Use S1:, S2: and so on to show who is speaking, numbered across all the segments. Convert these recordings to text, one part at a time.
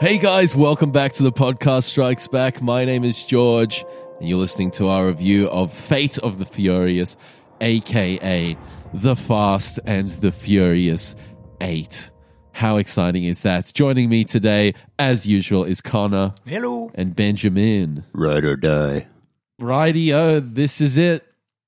S1: Hey guys, welcome back to the podcast Strikes Back. My name is George, and you're listening to our review of Fate of the Furious, aka The Fast and the Furious 8. How exciting is that? Joining me today, as usual, is Connor
S2: Hello.
S1: and Benjamin.
S3: Ride or die.
S1: Rightio, this is it.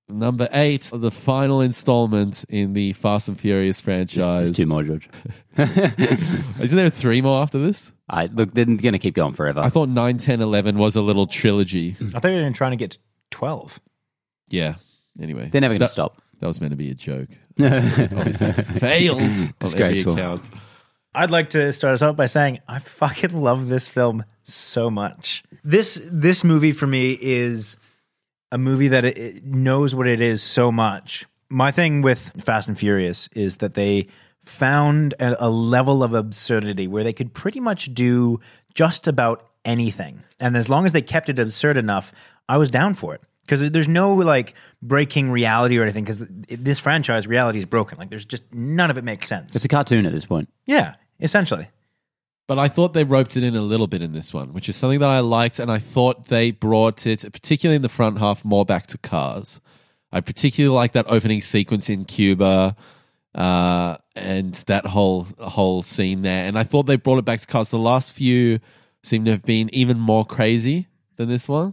S1: Number eight, the final installment in the Fast and Furious franchise.
S3: There's two more, George.
S1: Isn't there three more after this?
S3: I look. They're gonna keep going
S1: I
S3: forever.
S1: thought 9, 10, 11 was a little trilogy.
S2: I thought we were trying to get to 12.
S1: Yeah. Anyway,
S3: They're never gonna
S1: that,
S3: stop.
S1: That was meant to be a joke. Obviously, failed.
S3: Disgraceful.
S1: On every account.
S2: I'd like to start us off by saying I fucking love this film so much. This this movie for me is a movie that it, it knows what it is so much. My thing with Fast and Furious is that they found a, a level of absurdity where they could pretty much do just about anything. And as long as they kept it absurd enough, I was down for it. Because there's no like breaking reality or anything. Because this franchise reality is broken. Like there's just none of it makes sense.
S3: It's a cartoon at this point.
S2: Yeah, essentially.
S1: But I thought they roped it in a little bit in this one, which is something that I liked. And I thought they brought it, particularly in the front half, more back to cars. I particularly like that opening sequence in Cuba uh, and that whole whole scene there. And I thought they brought it back to cars. The last few seem to have been even more crazy than this one.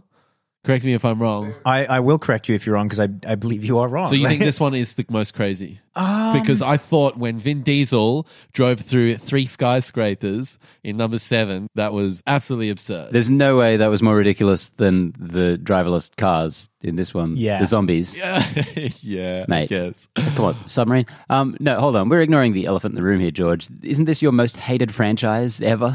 S1: Correct me if I'm wrong.
S2: I, I will correct you if you're wrong because I, I believe you are wrong.
S1: So you think this one is the most crazy? because I thought when Vin Diesel drove through three skyscrapers in number seven, that was absolutely absurd.
S3: There's no way that was more ridiculous than the driverless cars in this one.
S2: Yeah.
S3: the zombies.
S1: yeah, I
S3: Mate.
S1: guess.
S3: Come on, submarine. Um, no, hold on. We're ignoring the elephant in the room here, George. Isn't this your most hated franchise ever?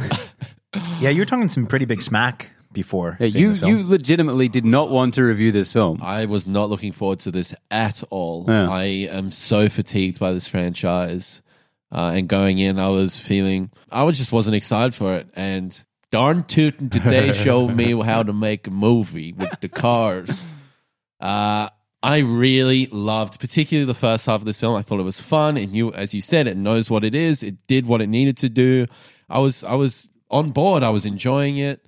S2: yeah, you were talking some pretty big smack before.
S3: Yeah,
S2: seeing
S3: you
S2: this film.
S3: you legitimately did not want to review this film.
S1: Um, I was not looking forward to this at all.
S3: Yeah.
S1: I am so fatigued by this franchise. Uh, and going in, I was feeling, I was just wasn't excited for it. And darn tootin' did they show me how to make a movie with the cars. Uh, I really loved, particularly the first half of this film. I thought it was fun, and you, as you said, it knows what it is. It did what it needed to do. I was, I was on board. I was enjoying it.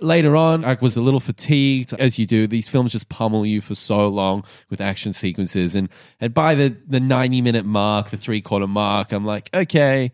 S1: Later on, I was a little fatigued, as you do. These films just pummel you for so long with action sequences, and and by the the ninety minute mark, the three quarter mark, I'm like, okay,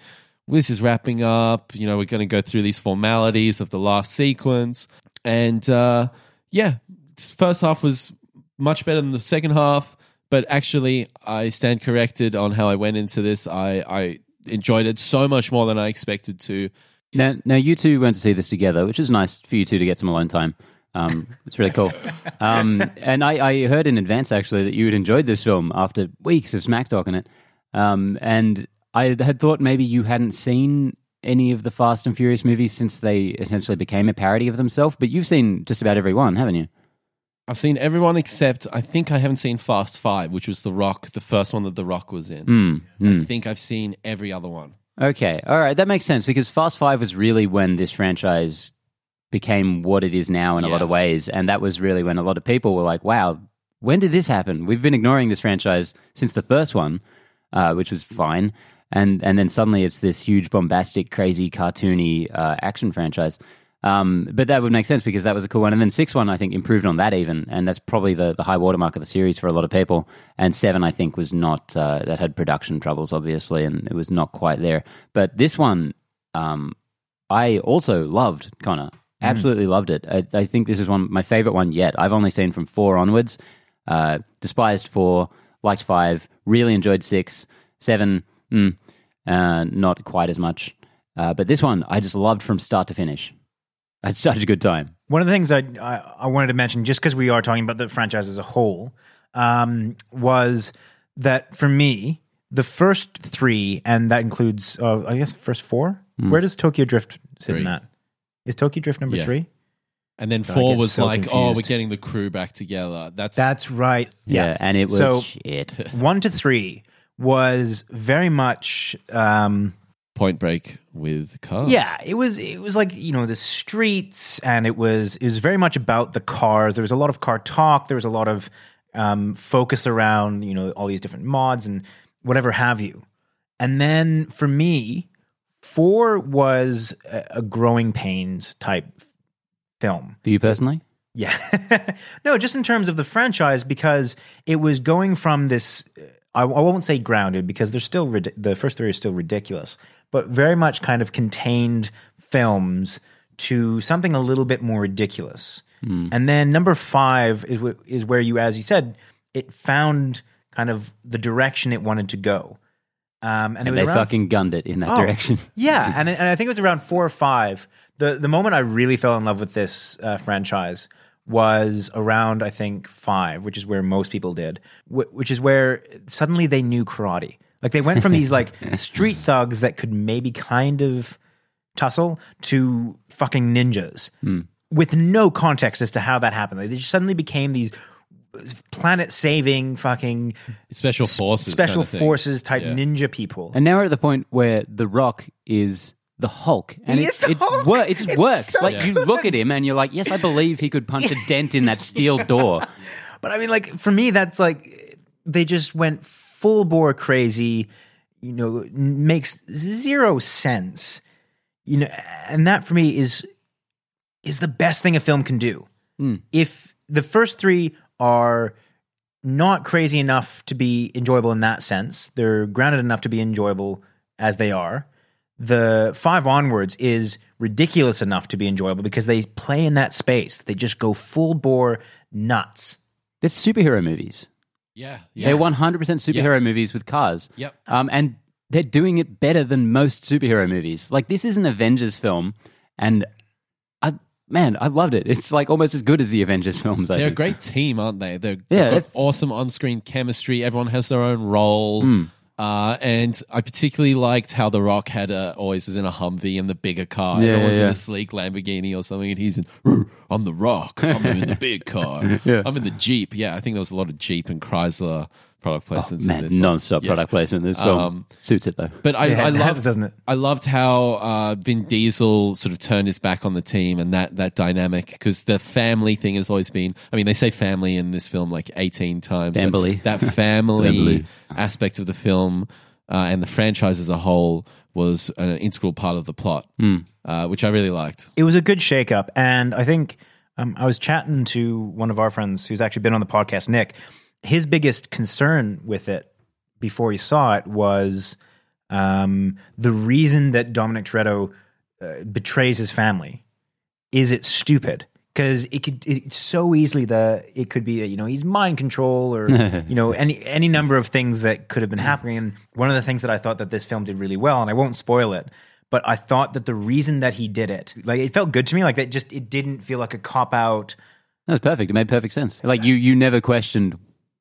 S1: this is wrapping up. You know, we're going to go through these formalities of the last sequence, and uh, yeah, first half was much better than the second half. But actually, I stand corrected on how I went into this. I I enjoyed it so much more than I expected to.
S3: Now, now you two went to see this together, which is nice for you two to get some alone time. Um, it's really cool. Um, and I, I heard in advance actually that you had enjoyed this film after weeks of smack talking it. Um, and I had thought maybe you hadn't seen any of the Fast and Furious movies since they essentially became a parody of themselves. But you've seen just about every one, haven't you?
S1: I've seen everyone except I think I haven't seen Fast Five, which was The Rock, the first one that The Rock was in.
S3: Mm,
S1: I think I've seen every other one.
S3: Okay, all right, that makes sense because Fast Five was really when this franchise became what it is now in a lot
S1: Yeah.
S3: of ways, and that was really when a lot of people were like, "Wow, when did this happen? We've been ignoring this franchise since the first one, uh, which was fine, and and then suddenly it's this huge, bombastic, crazy, cartoony uh, action franchise." Um, but that would make sense because that was a cool one, and then six one I think improved on that even, and that's probably the the high watermark of the series for a lot of people. And seven I think was not uh, that had production troubles obviously, and it was not quite there. But this one, um, I also loved
S2: Mm.
S3: Connor. Absolutely loved it. I, I think this is one my favorite one yet. I've only seen from four onwards. Uh, despised four, liked five, really enjoyed six, seven, mm, uh, not quite as much. Uh, but this one, I just loved from start to finish. I had such a good time.
S2: One of the things I, I, I wanted to mention, just because we are talking about the franchise as a whole, um, was that for me, the first three, and that includes, uh, I guess, first four. Where does Tokyo Drift sit
S1: Hmm. Three.
S2: in that? Is Tokyo Drift number
S1: Yeah.
S2: three?
S1: And then
S2: God, I
S1: four
S2: get
S1: was
S2: so
S1: like, oh, we're
S2: confused.
S1: getting the crew back together. That's
S2: That's right.
S3: and it was
S2: So-
S3: shit.
S2: One to three was very much. Um,
S1: Point Break with cars.
S2: Yeah, it was it was like, you know, the streets and it was it was very much about the cars. There was a lot of car talk, there was a lot of um, focus around, you know, all these different mods and whatever have you. And then for me, Four was a a growing pains type film.
S3: For you personally?
S2: Yeah. no, just in terms of the franchise, because it was going from this, I, I won't say grounded, because they're still, rid- the first three are still ridiculous, but very much kind of contained films to something a little bit more ridiculous.
S3: Hmm.
S2: And then number five is, wh- is where you, as you said, it found kind of the direction it wanted to go. Um, and, it was
S3: They
S2: around-
S3: fucking gunned it in that
S2: Oh,
S3: direction.
S2: yeah, and and I think it was around four or five. the The moment I really fell in love with this uh, franchise was around I think five, which is where most people did, wh- which is where suddenly they knew karate. Like they went from these like street thugs that could maybe kind of tussle to fucking ninjas
S1: Hmm.
S2: with no context as to how that happened. Like, they just suddenly became these planet saving fucking
S1: Special forces. kind
S2: special
S1: of thing.
S2: forces type
S1: Yeah.
S2: ninja people.
S3: And now we're at the point where The Rock is the Hulk. And
S2: He
S3: it,
S2: is the
S3: it,
S2: Hulk!
S3: wor- it just
S2: It's
S3: works.
S2: so
S3: like, you look at him and you're like, yes, I believe he could punch a dent in that steel door.
S2: But I mean, like for me, that's like they just went full bore crazy. You know, n- makes zero sense. You know, and that for me is is the best thing a film can do. If the first three are not crazy enough to be enjoyable in that sense, they're grounded enough to be enjoyable as they are. The five onwards is ridiculous enough to be enjoyable because they play in that space. They just go full bore nuts.
S3: They're superhero movies.
S1: Yeah.
S3: They're
S1: yeah.
S3: 100% superhero movies with cars.
S1: Yep.
S3: Um, and they're doing it better than most superhero movies. Like, this is an Avengers film. And I, man, I loved it. It's like almost as good as the Avengers films. I
S1: They're a
S3: think.
S1: great team, aren't they? They're,
S3: Yeah,
S1: they've
S3: they've-
S1: got awesome on screen chemistry. Everyone has their own role. Uh, and I particularly liked how The Rock had a, always was in a Humvee and the bigger car.
S3: Yeah,
S1: Everyone's
S3: yeah,
S1: in
S3: yeah.
S1: a sleek Lamborghini or something, and he's in, "Roo, I'm The Rock. I'm in the big car. I'm in the Jeep. Yeah, I think there was a lot of Jeep and Chrysler product placements in
S3: Man,
S1: this.
S3: non stop
S1: Yeah.
S3: product placement in this film.
S1: Um,
S3: Suits it, though.
S1: But I,
S2: Yeah,
S1: I
S2: it
S1: loved,
S2: helps, doesn't it?
S1: I loved how uh, Vin Diesel sort of turned his back on the team and that that dynamic because the family thing has always been. I mean, they say family in this film like eighteen times. but
S3: Family.
S1: That family
S3: Family.
S1: aspect of the film uh, and the franchise as a whole was an integral part of the plot,
S3: Hmm.
S1: uh, which I really liked.
S2: it was a good shakeup. And I think um, I was chatting to one of our friends who's actually been on the podcast, Nick. His biggest concern with it before he saw it was um, the reason that Dominic Toretto uh, betrays his family. Is it stupid? Because it could it, so easily the it could be that you know he's mind control or you know any any number of things that could have been happening. And one of the things that I thought that this film did really well, and I won't spoil it, but I thought that the reason that he did it, like it felt good to me, like that just it didn't feel like a cop out.
S3: That was perfect. It made perfect sense. Like you, you never questioned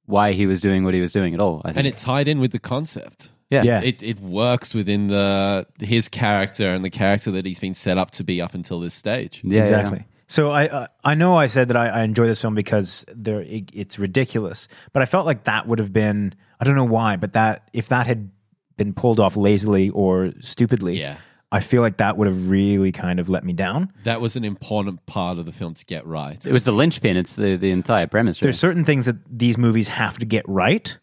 S3: why he was doing what he was doing at all. I think.
S1: And it tied in with the concept.
S3: yeah,
S2: Yeah.
S1: It it works within the his character and the character that he's been set up to be up until this stage.
S3: Yeah, yeah,
S2: exactly. So I uh, I know I said that I, I enjoy this film because there it, it's ridiculous, but I felt like that would have been I don't know why, but that if that had been pulled off lazily or stupidly,
S1: Yeah.
S2: I feel like that would have really kind of let me down.
S1: That was an important part of the film to get right.
S3: yeah. It was the linchpin. It's the the entire premise.
S2: There's certain things that these movies have to get right,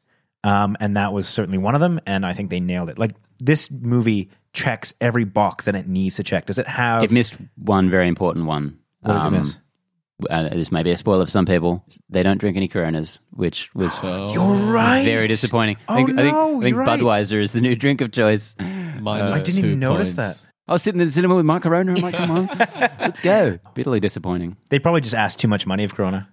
S2: um, and that was certainly one of them. And I think they nailed it. Like this movie checks every box that it needs to check. Does it have? um,
S3: It missed one very important one.
S2: did it miss?
S3: uh, this may be a spoiler for some people. They don't drink any Coronas, which was
S2: You're right.
S3: very disappointing.
S2: Oh,
S3: I think, I think,
S2: no,
S3: I think
S2: you're right.
S3: Budweiser is the new drink of choice.
S1: Minus
S2: I didn't
S1: Uh, two
S2: even notice
S1: points.
S2: that.
S3: I was sitting in the cinema with my Corona. I'm like, come on, let's go. Bitterly disappointing.
S2: They probably just asked too much money of Corona.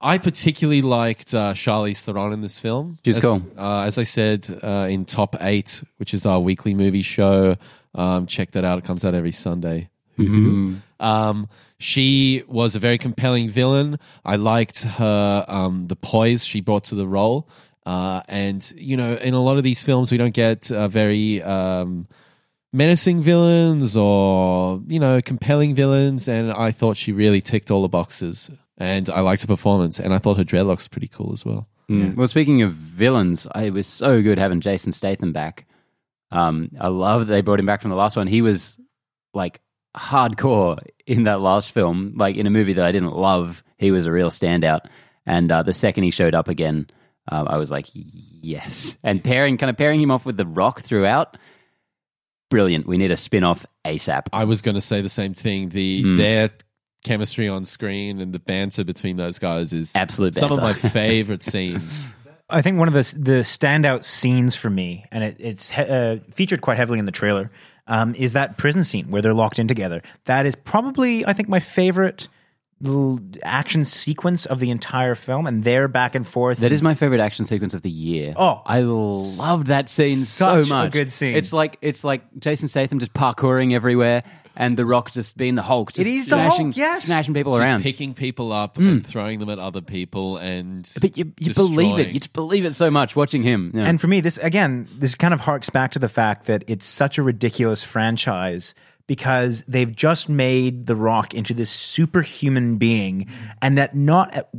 S1: I particularly liked uh, Charlize Theron in this film.
S3: She's
S1: as,
S3: cool.
S1: Uh, as I said uh, in Top Eight, which is our weekly movie show, um, check that out. It comes out every Sunday.
S3: Mm-hmm.
S1: Um, she was a very compelling villain. I liked her um, the poise she brought to the role, uh, and you know, in a lot of these films, we don't get uh, very. Um, menacing villains or you know compelling villains and i thought she really ticked all the boxes and i liked her performance and i thought her dreadlocks were pretty cool as well
S3: Mm. Well, speaking of villains, I- it was so good having Jason Statham back. Um, I love that they brought him back from the last one. He was like hardcore in that last film, like in a movie that I didn't love. He was a real standout, and uh, the second he showed up again, um, I was like, yes. And pairing, kind of pairing him off with The Rock throughout, brilliant. We need a spin off ASAP.
S1: I was going to say the same thing. The their chemistry on screen and the banter between those guys is
S3: Absolute
S1: some of my
S3: banter.
S1: favorite scenes.
S2: I think one of the the standout scenes for me, and it, it's he- uh, featured quite heavily in the trailer, um, is that prison scene where they're locked in together. That is probably, I think, my favorite little action sequence of the entire film, and they're back and forth.
S3: That is my favorite action sequence of the year.
S2: Hmm. Oh.
S3: I loved that scene
S2: Such a
S3: so much.
S2: good scene.
S3: It's like it's like Jason Statham just parkouring everywhere, and The Rock just being the Hulk. Just
S2: is the Hulk,
S3: smashing,
S2: yes.
S3: smashing people
S1: Just
S3: around.
S1: picking people up and throwing them at other people, and
S3: but you, you believe it.
S1: destroying.
S3: You just believe it so much watching him. Yeah.
S2: And for me, this again, this kind of harks back to the fact that it's such a ridiculous franchise because they've just made The Rock into this superhuman being, and that not at,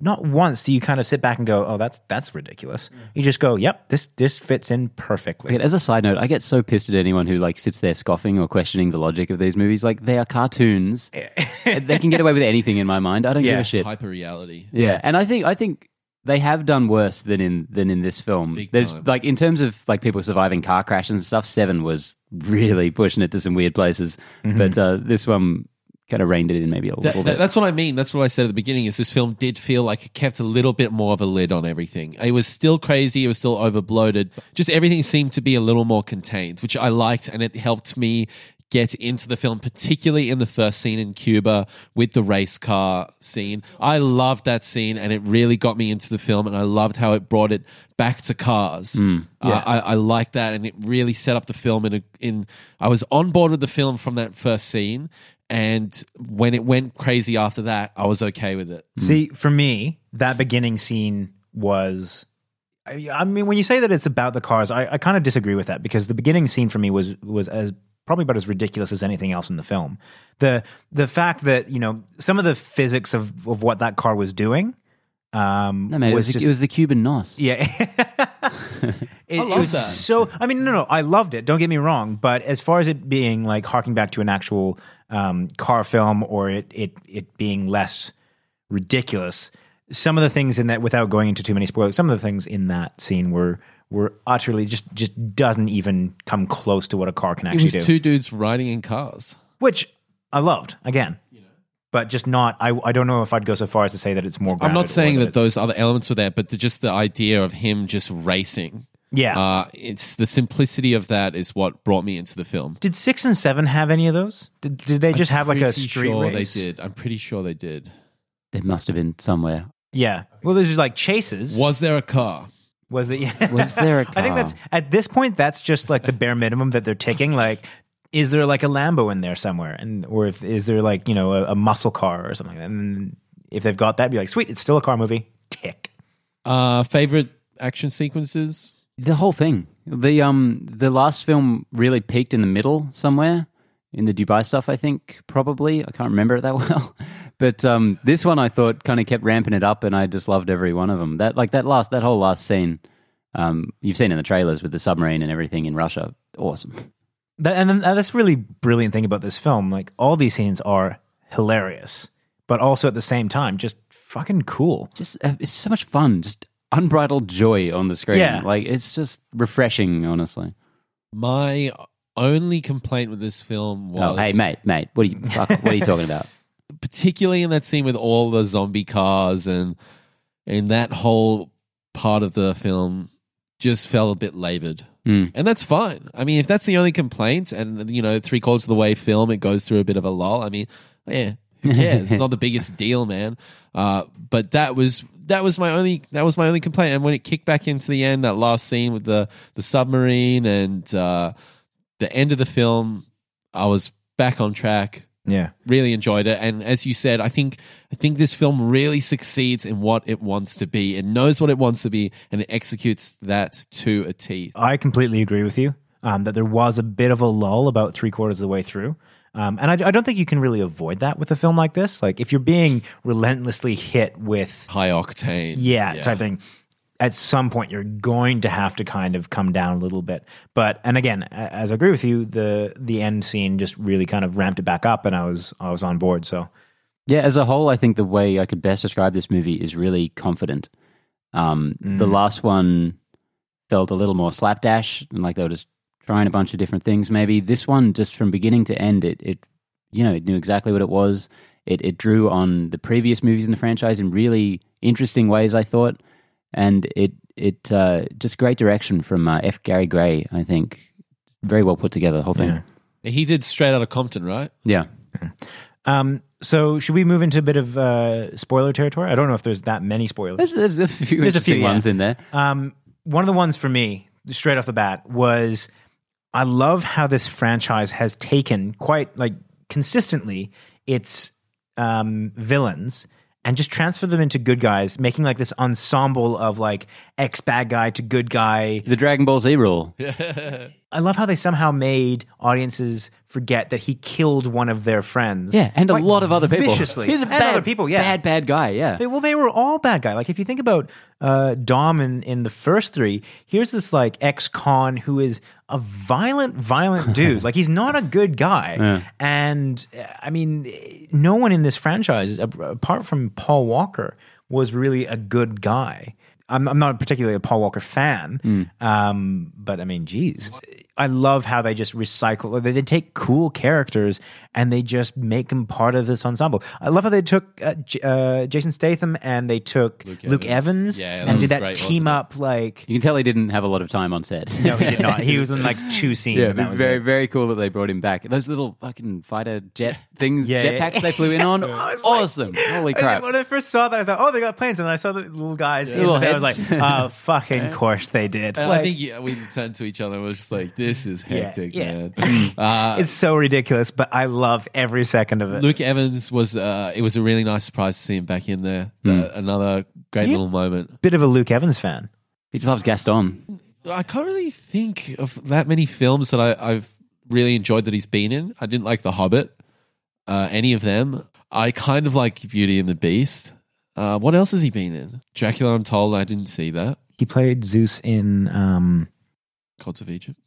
S2: not once do you kind of sit back and go, "Oh, that's that's ridiculous." You just go, "Yep, this this fits in perfectly."
S3: Okay, As a side note, I get so pissed at anyone who like sits there scoffing or questioning the logic of these movies. Like they are cartoons; they can get away with anything in my mind. I don't give
S2: Yeah.
S3: a shit.
S1: hyper reality.
S3: Yeah, and I think I think they have done worse than in than in this film.
S1: Big
S3: There's
S1: time.
S3: like in terms of like people surviving car crashes and stuff. Seven was really pushing it to some weird places, but uh, this one kind of reined it in maybe a
S1: Mm-hmm. That-
S3: little
S1: that-
S3: bit.
S1: that's what I mean. That's what I said at the beginning. Is this film did feel like it kept a little bit more of a lid on everything. It was still crazy. It was still over bloated. Just everything seemed to be a little more contained, which I liked, and it helped me get into the film, particularly in the first scene in Cuba with the race car scene. I loved that scene, and it really got me into the film, and I loved how it brought it back to cars. Uh, I, I like that, and it really set up the film in a in. I was on board with the film from that first scene. And when it went crazy after that, I was okay with it.
S3: Mm-hmm.
S2: See, for me, that beginning scene was. I I mean, when you say that it's about the cars, I, I kind of disagree with that because the beginning scene for me was was as probably about as ridiculous as anything else in the film. the The fact that you know some of the physics of of what that car was doing, um,
S3: no, man, it
S2: was
S3: was,
S2: just
S3: it was the Cuban nos.
S2: yeah. It,
S1: love
S2: it was
S1: that.
S2: so. I mean, no, no, I loved it. Don't get me wrong, but as far as it being like harking back to an actual um, car film, or it it it being less ridiculous, some of the things in that, without going into too many spoilers, some of the things in that scene were were utterly just just doesn't even come close to what a car can
S1: It
S2: actually
S1: was
S2: do,
S1: two dudes riding in cars.
S2: which I loved again. But just not. I, I don't know if I'd go so far as to say that it's more.
S1: I'm
S2: grounded
S1: not
S2: or
S1: saying that
S2: it's-
S1: those other elements were there, but the, just the idea of him just racing.
S2: Yeah.
S1: Uh, it's the simplicity of that is what brought me into the film.
S2: Did six and seven have any of those? Did, did they just have like a
S1: Pretty
S2: street
S1: sure
S2: race?
S1: they did. I'm pretty sure they did.
S3: There must have been somewhere.
S2: Yeah. Well, there's just like chases.
S1: Was there a car?
S2: was it? Yeah.
S3: Was there a
S2: I
S3: car?
S2: think that's at this point. That's just like the bare minimum that they're taking. Like, is there like a Lambo in there somewhere, and or if is there like you know a, a muscle car or something? And if they've got that, be like, sweet, it's still a car movie. Tick.
S1: Uh, favorite action sequences?
S3: The whole thing. The um the last film really peaked in the middle somewhere in the Dubai stuff. I think probably I can't remember it that well, but um this one I thought kind of kept ramping it up, and I just loved every one of them. That like that last that whole last scene. Um, you've seen in the trailers with the submarine and everything in Russia. Awesome.
S2: That, and then that's the really brilliant thing about this film. Like all these scenes are hilarious, but also at the same time just fucking cool.
S3: Just uh, it's so much fun. Just unbridled joy on the screen.
S2: Yeah.
S3: Like it's just refreshing. Honestly.
S1: My only complaint with this film was
S3: Oh hey mate mate what are you fuck, what are you talking about?
S1: particularly in that scene with all the zombie cars and and that whole part of the film just felt a bit labored.
S3: Mm.
S1: And that's fine. I mean, if that's the only complaint and you know, three quarters of the way film it goes through a bit of a lull, I mean, yeah, who cares? it's not the biggest deal, man. Uh, but that was that was my only that was my only complaint. And when it kicked back into the end, that last scene with the the submarine and uh, the end of the film, I was back on track
S2: Yeah.
S1: really enjoyed it and as you said i think i think this film really succeeds in what it wants to be it knows what it wants to be and it executes that to a t
S2: I completely agree with you um, that there was a bit of a lull about three quarters of the way through. Um, and I, I don't think you can really avoid that with a film like this. Like, if you're being relentlessly hit with,
S1: high octane
S2: yeah, type thing, at some point you're going to have to kind of come down a little bit. But, and again, a- as I agree with you, the the end scene just really kind of ramped it back up and I was, I was on board. So,
S3: Yeah, as a whole, I think the way I could best describe this movie is really confident.
S2: Mm.
S3: Um, The last one felt a little more slapdash, and like they were just trying a bunch of different things. Maybe this one, just from beginning to end, it it you know it knew exactly what it was. It it drew on the previous movies in the franchise in really interesting ways. I thought, and it it uh, just great direction from uh, F. Gary Gray. I think very well put together the whole thing. Yeah.
S1: He did straight out of Compton, right?
S2: Um, so should we move into a bit of uh, spoiler territory? I don't know if there's that many spoilers.
S3: There's, there's a few
S2: There's a
S3: interesting
S2: few, yeah.
S3: ones in there.
S2: Um, one of the ones for me, straight off the bat, was I love how this franchise has taken quite like consistently its um, villains and just transferred them into good guys, making like this ensemble of like ex bad guy to good guy.
S3: The Dragon Ball Z rule.
S2: I love how they somehow made audiences forget that he killed one of their friends.
S3: Yeah, and a
S2: Like,
S3: lot of other people.
S2: viciously,
S3: He's a
S2: and
S3: bad,
S2: other people. Yeah,
S3: bad, bad guy. Yeah,
S2: They- well, they were all bad guy. Like if you think about uh, Dom in, in the first three, here's this like ex-con who is a violent, violent dude. like he's not a good guy. And uh, I mean, no one in this franchise, ap- apart from Paul Walker, was really a good guy. I'm, I'm not particularly a Paul Walker fan,
S1: Hmm.
S2: um, but I mean, geez, I love how they just recycle. like, They, they take cool characters and they just make them part of this ensemble. I love how they took uh, J- uh, Jason Statham and they took Luke,
S1: Evans.
S2: Evans,
S1: Yeah, that
S2: and
S1: was
S2: did that
S1: great,
S2: team
S1: wasn't it?
S2: up. Like,
S3: you can tell he didn't have a lot of time on set.
S2: no, he did not. He was in like two scenes,
S3: Yeah,
S2: and that was
S3: very,
S2: it.
S3: very cool that they brought him back. Those little fucking fighter jet things,
S2: Yeah,
S3: jet
S2: yeah.
S3: packs they flew in on, awesome! Holy
S2: And then
S3: crap!
S2: when I first saw that, I thought, "Oh, they got planes," and then I saw the little guys. in
S3: Little
S2: the thing, I was
S3: heads.
S2: like, "Oh, fucking course they
S1: And
S2: did."
S1: Uh, I
S2: Like,
S1: think yeah, we turned to each other and was just like, "This is hectic,
S2: yeah.
S1: man." Uh,
S2: it's so ridiculous, but I love every second of it.
S1: Luke Evans was. Uh, it was a really nice surprise to see him back in there. Uh, another great
S2: Hmm. Yeah.
S1: little moment.
S2: Bit of a Luke Evans fan.
S3: He just loves Gaston.
S1: I can't really think of that many films that I, I've really enjoyed that he's been in. I didn't like The Hobbit, uh, any of them. I kind of like Beauty and the Beast. Uh, what else has he been in? Dracula Untold. I didn't see that.
S2: He played Zeus in um
S1: Gods of Egypt.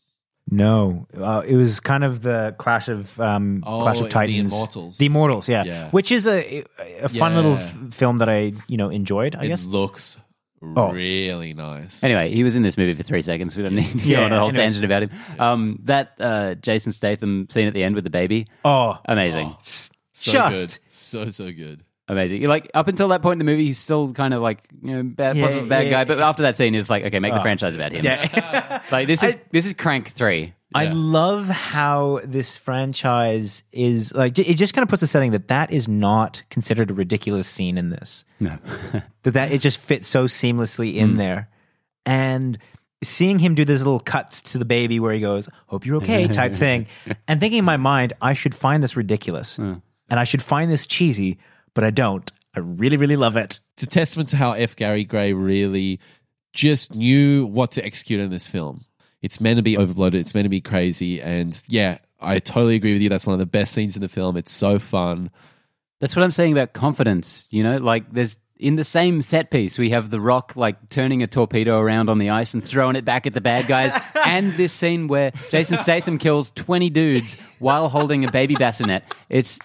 S2: no, uh, it was kind of the Clash of um
S1: Oh,
S2: Clash of
S1: The
S2: Titans,
S1: Immortals.
S2: The Immortals, yeah,
S1: Yeah.
S2: which is a a fun
S1: Yeah.
S2: little f- film that I you know enjoyed. I
S1: it
S2: guess Oh.
S1: looks really nice.
S3: Anyway, he was in this movie for three seconds. We don't need to
S2: Yeah,
S3: go on a whole
S2: anyways.
S3: tangent about him. Um, that uh, Jason Statham scene at the end with the baby,
S2: oh,
S3: amazing,
S2: s-
S1: so
S2: just
S1: good. So so good.
S3: amazing. Like up until that point in the movie, he's still kind of like you know bad,
S2: Yeah,
S3: wasn't a bad
S2: yeah. Oh.
S3: guy. But after that scene, it's like okay, make the franchise about him.
S2: yeah.
S3: Like this is this is Crank Three.
S2: I love how this franchise is like it just kind of puts a setting that that is not considered a ridiculous scene in this.
S3: No.
S2: that that it just fits so seamlessly in there and seeing him do this little cuts to the baby where he goes hope you're okay type thing and thinking in my mind i should find this ridiculous and i should find this cheesy but i don't i really really love it
S1: it's a testament to how F. Gary Gray really just knew what to execute in this film. It's meant to be overbloated. It's meant to be crazy. And yeah, I totally agree with you. That's one of the best scenes in the film. It's so fun.
S3: That's what I'm saying about confidence. You know, like there's in the same set piece, we have The Rock like turning a torpedo around on the ice and throwing it back at the bad guys, and this scene where Jason Statham kills 20 dudes while holding a baby bassinet. It's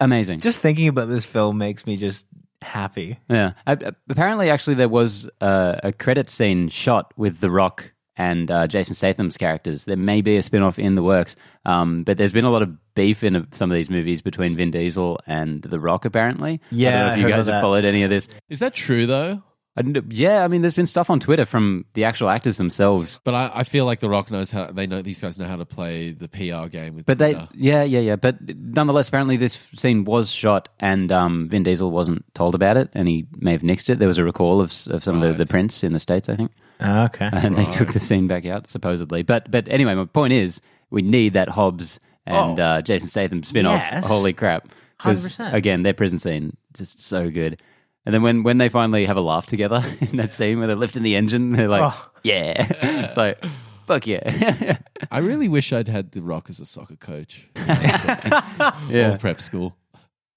S3: amazing.
S2: just thinking about this film makes me just happy
S3: Yeah. A- Apparently, actually, there was uh, a credit scene shot with The Rock and uh, Jason Statham's characters. There may be a spin off in the works, um, but there's been a lot of beef in uh, some of these movies between Vin Diesel and The Rock, apparently. I
S2: Yeah,
S3: don't know
S2: I
S3: if you
S2: heard
S3: guys
S2: of
S3: have
S2: that.
S3: followed any of this.
S1: Is that true though?
S3: I didn't- yeah, I mean, there's been stuff on Twitter from the actual actors themselves.
S1: But I, I feel like The Rock knows how they know these guys know how to play the PR game with
S3: But they,
S1: Twitter.
S3: yeah, yeah, yeah. But nonetheless, apparently this scene was shot, and um, Vin Diesel wasn't told about it, and he may have nixed it. There was a recall of, s- of some of the, the prints in the states, I think,
S2: okay
S3: and they took the scene back out supposedly. But but anyway, my point is, we need that Hobbs and
S2: Oh.
S3: uh, Jason Statham spin-off.
S2: Yes.
S3: Holy crap! 'Cause,
S2: 100%.
S3: again, their prison scene just so good. And then when, when they finally have a laugh together in that scene where they're lifting the engine, they're like,
S2: Oh.
S3: "Yeah," it's like, "Fuck yeah!"
S1: I really wish I'd had The Rock as a soccer coach
S3: Yeah.
S1: or prep school.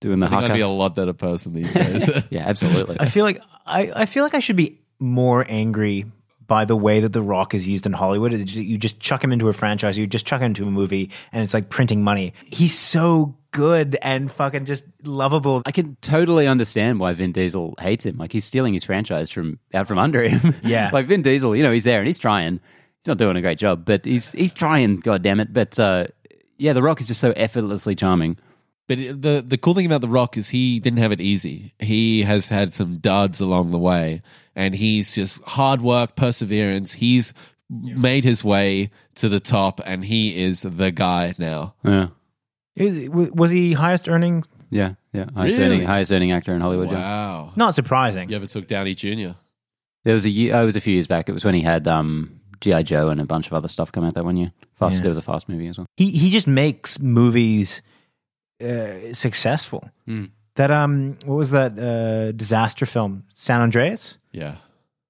S3: Doing the
S1: I think I'd be a
S3: haka.
S1: lot better person these days.
S3: Yeah, absolutely.
S2: i feel like I, I feel like i should be more angry by the way that the rock is used in hollywood It's ju- you just chuck him into a franchise you just chuck him into a movie and it's like printing money he's so good and fucking just lovable
S3: I can totally understand why Vin Diesel hates him. Like he's stealing his franchise from out from under him.
S2: Yeah.
S3: like Vin Diesel, you know, he's there and he's trying. he's not doing a great job, but he's he's trying. God damn it! But uh, yeah, The Rock is just so effortlessly charming.
S1: But it- the the cool thing about The Rock is he didn't have it easy. He has had some duds along the way, and he's just hard work, perseverance. He's made his way to the top, and he is the guy now.
S3: Yeah,
S2: Is- Was he highest earning?
S3: yeah, yeah. Highest
S1: Really?
S3: earning, highest earning actor in Hollywood. yeah.
S1: Wow,
S2: Not surprising.
S1: you ever took Downey Jr.
S3: There was a year, oh, it was a few years back. It was when he had um, GI Joe and a bunch of other stuff come out that one year. Fast,
S2: Yeah.
S3: there was a fast movie as well.
S2: He he just makes movies uh, successful.
S3: Mm.
S2: That um, what was that uh, disaster film? San Andreas.
S1: Yeah,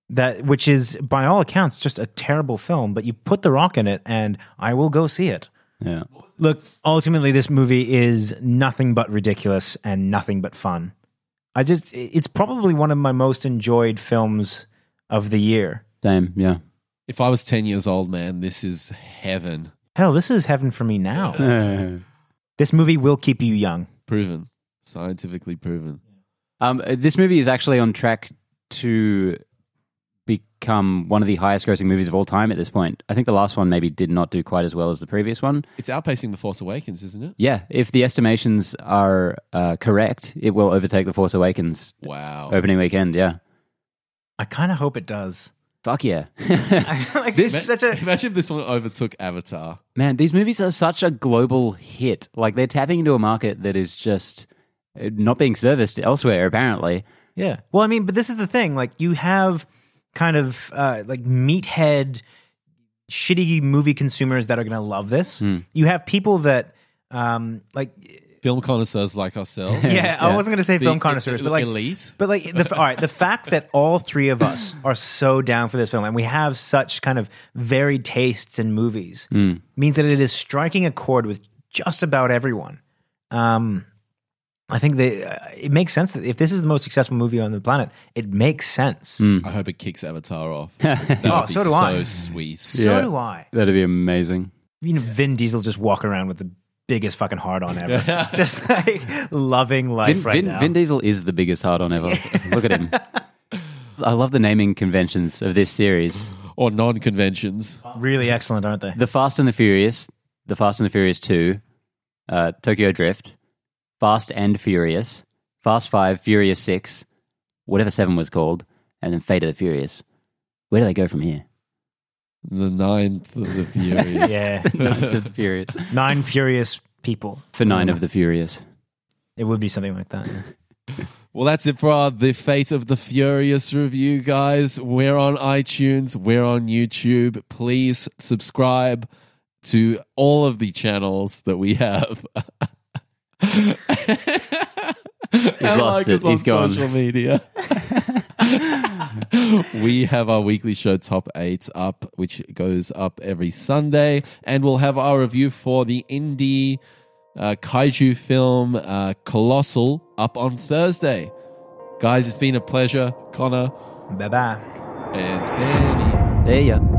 S2: That which is by all accounts just a terrible film, but you put The Rock in it, and I will go see it.
S3: Yeah,
S2: Look, ultimately, this movie is nothing but ridiculous and nothing but fun. I just, it's probably one of my most enjoyed films of the year.
S3: same. Yeah,
S1: if I was ten years old, man, this is heaven.
S2: Hell, this is heaven for me now.
S3: um,
S2: This movie will keep you young.
S1: Proven, scientifically proven.
S3: Um, uh, this movie is actually on track to become one of the highest-grossing movies of all time at this point. I think the last one maybe did not do quite as well as the previous one.
S1: It's outpacing The Force Awakens, isn't it?
S3: Yeah, if the estimations are uh, correct, it will overtake The Force Awakens
S1: Wow.
S3: opening weekend. Yeah,
S2: I kind of hope it does.
S3: fuck yeah.
S2: like,
S3: This-
S1: Ma-
S2: it's such a.
S1: Imagine if this one overtook Avatar.
S3: Man, these movies are such a global hit. Like they're tapping into a market that is just uh, not being serviced elsewhere, apparently.
S2: Yeah. Well, I mean, but this is the thing. Like, you have kind of uh, like meathead, shitty movie consumers that are going to love this. You have people that, um, like,
S1: Film connoisseurs like ourselves.
S2: yeah, I wasn't going to say
S1: The-
S2: film connoisseurs,
S1: the-
S2: but like,
S1: elite.
S2: But like, the, all right, the fact that all three of us are so down for this film and we have such kind of varied tastes in movies
S3: Mm.
S2: means that it is striking a chord with just about everyone. Um, I think that uh, it makes sense that if this is the most successful movie on the planet, it makes sense.
S3: Mm,
S1: I hope it kicks Avatar off. That would be
S2: Oh, so do
S1: so
S2: I.
S1: sweet.
S2: So
S3: Yeah.
S2: do I.
S3: That'd be amazing.
S2: You know, Vin Diesel just walk around with the biggest fucking hard on ever, just like loving life
S3: Vin,
S2: right
S3: Vin,
S2: now.
S3: Vin Diesel is the biggest hard on ever. Look at him. I love the naming conventions of this series.
S1: Or non conventions.
S2: really excellent, aren't they?
S3: The Fast and the Furious, The Fast and the Furious 2, uh, Tokyo Drift, Fast and Furious, Fast 5, Furious 6, whatever 7 was called, and then Fate of the Furious. Where do they go from here?
S1: The ninth of the Furious.
S2: Yeah,
S3: Nine of the Furious.
S2: nine furious people.
S3: For Nine of the Furious.
S2: It would be something like that. yeah.
S1: Well, that's it for our The Fate of the Furious review, guys. We're on iTunes, we're on YouTube. Please subscribe to all of the channels that we have. He's
S3: lost it. He's gone.
S1: Social media. we have our weekly show top eight up, which goes up every Sunday, and we'll have our review for the indie uh, kaiju film uh, Colossal up on Thursday. Guys, it's been a pleasure, Connor
S2: Bye bye.
S1: and Penny.
S3: There you go.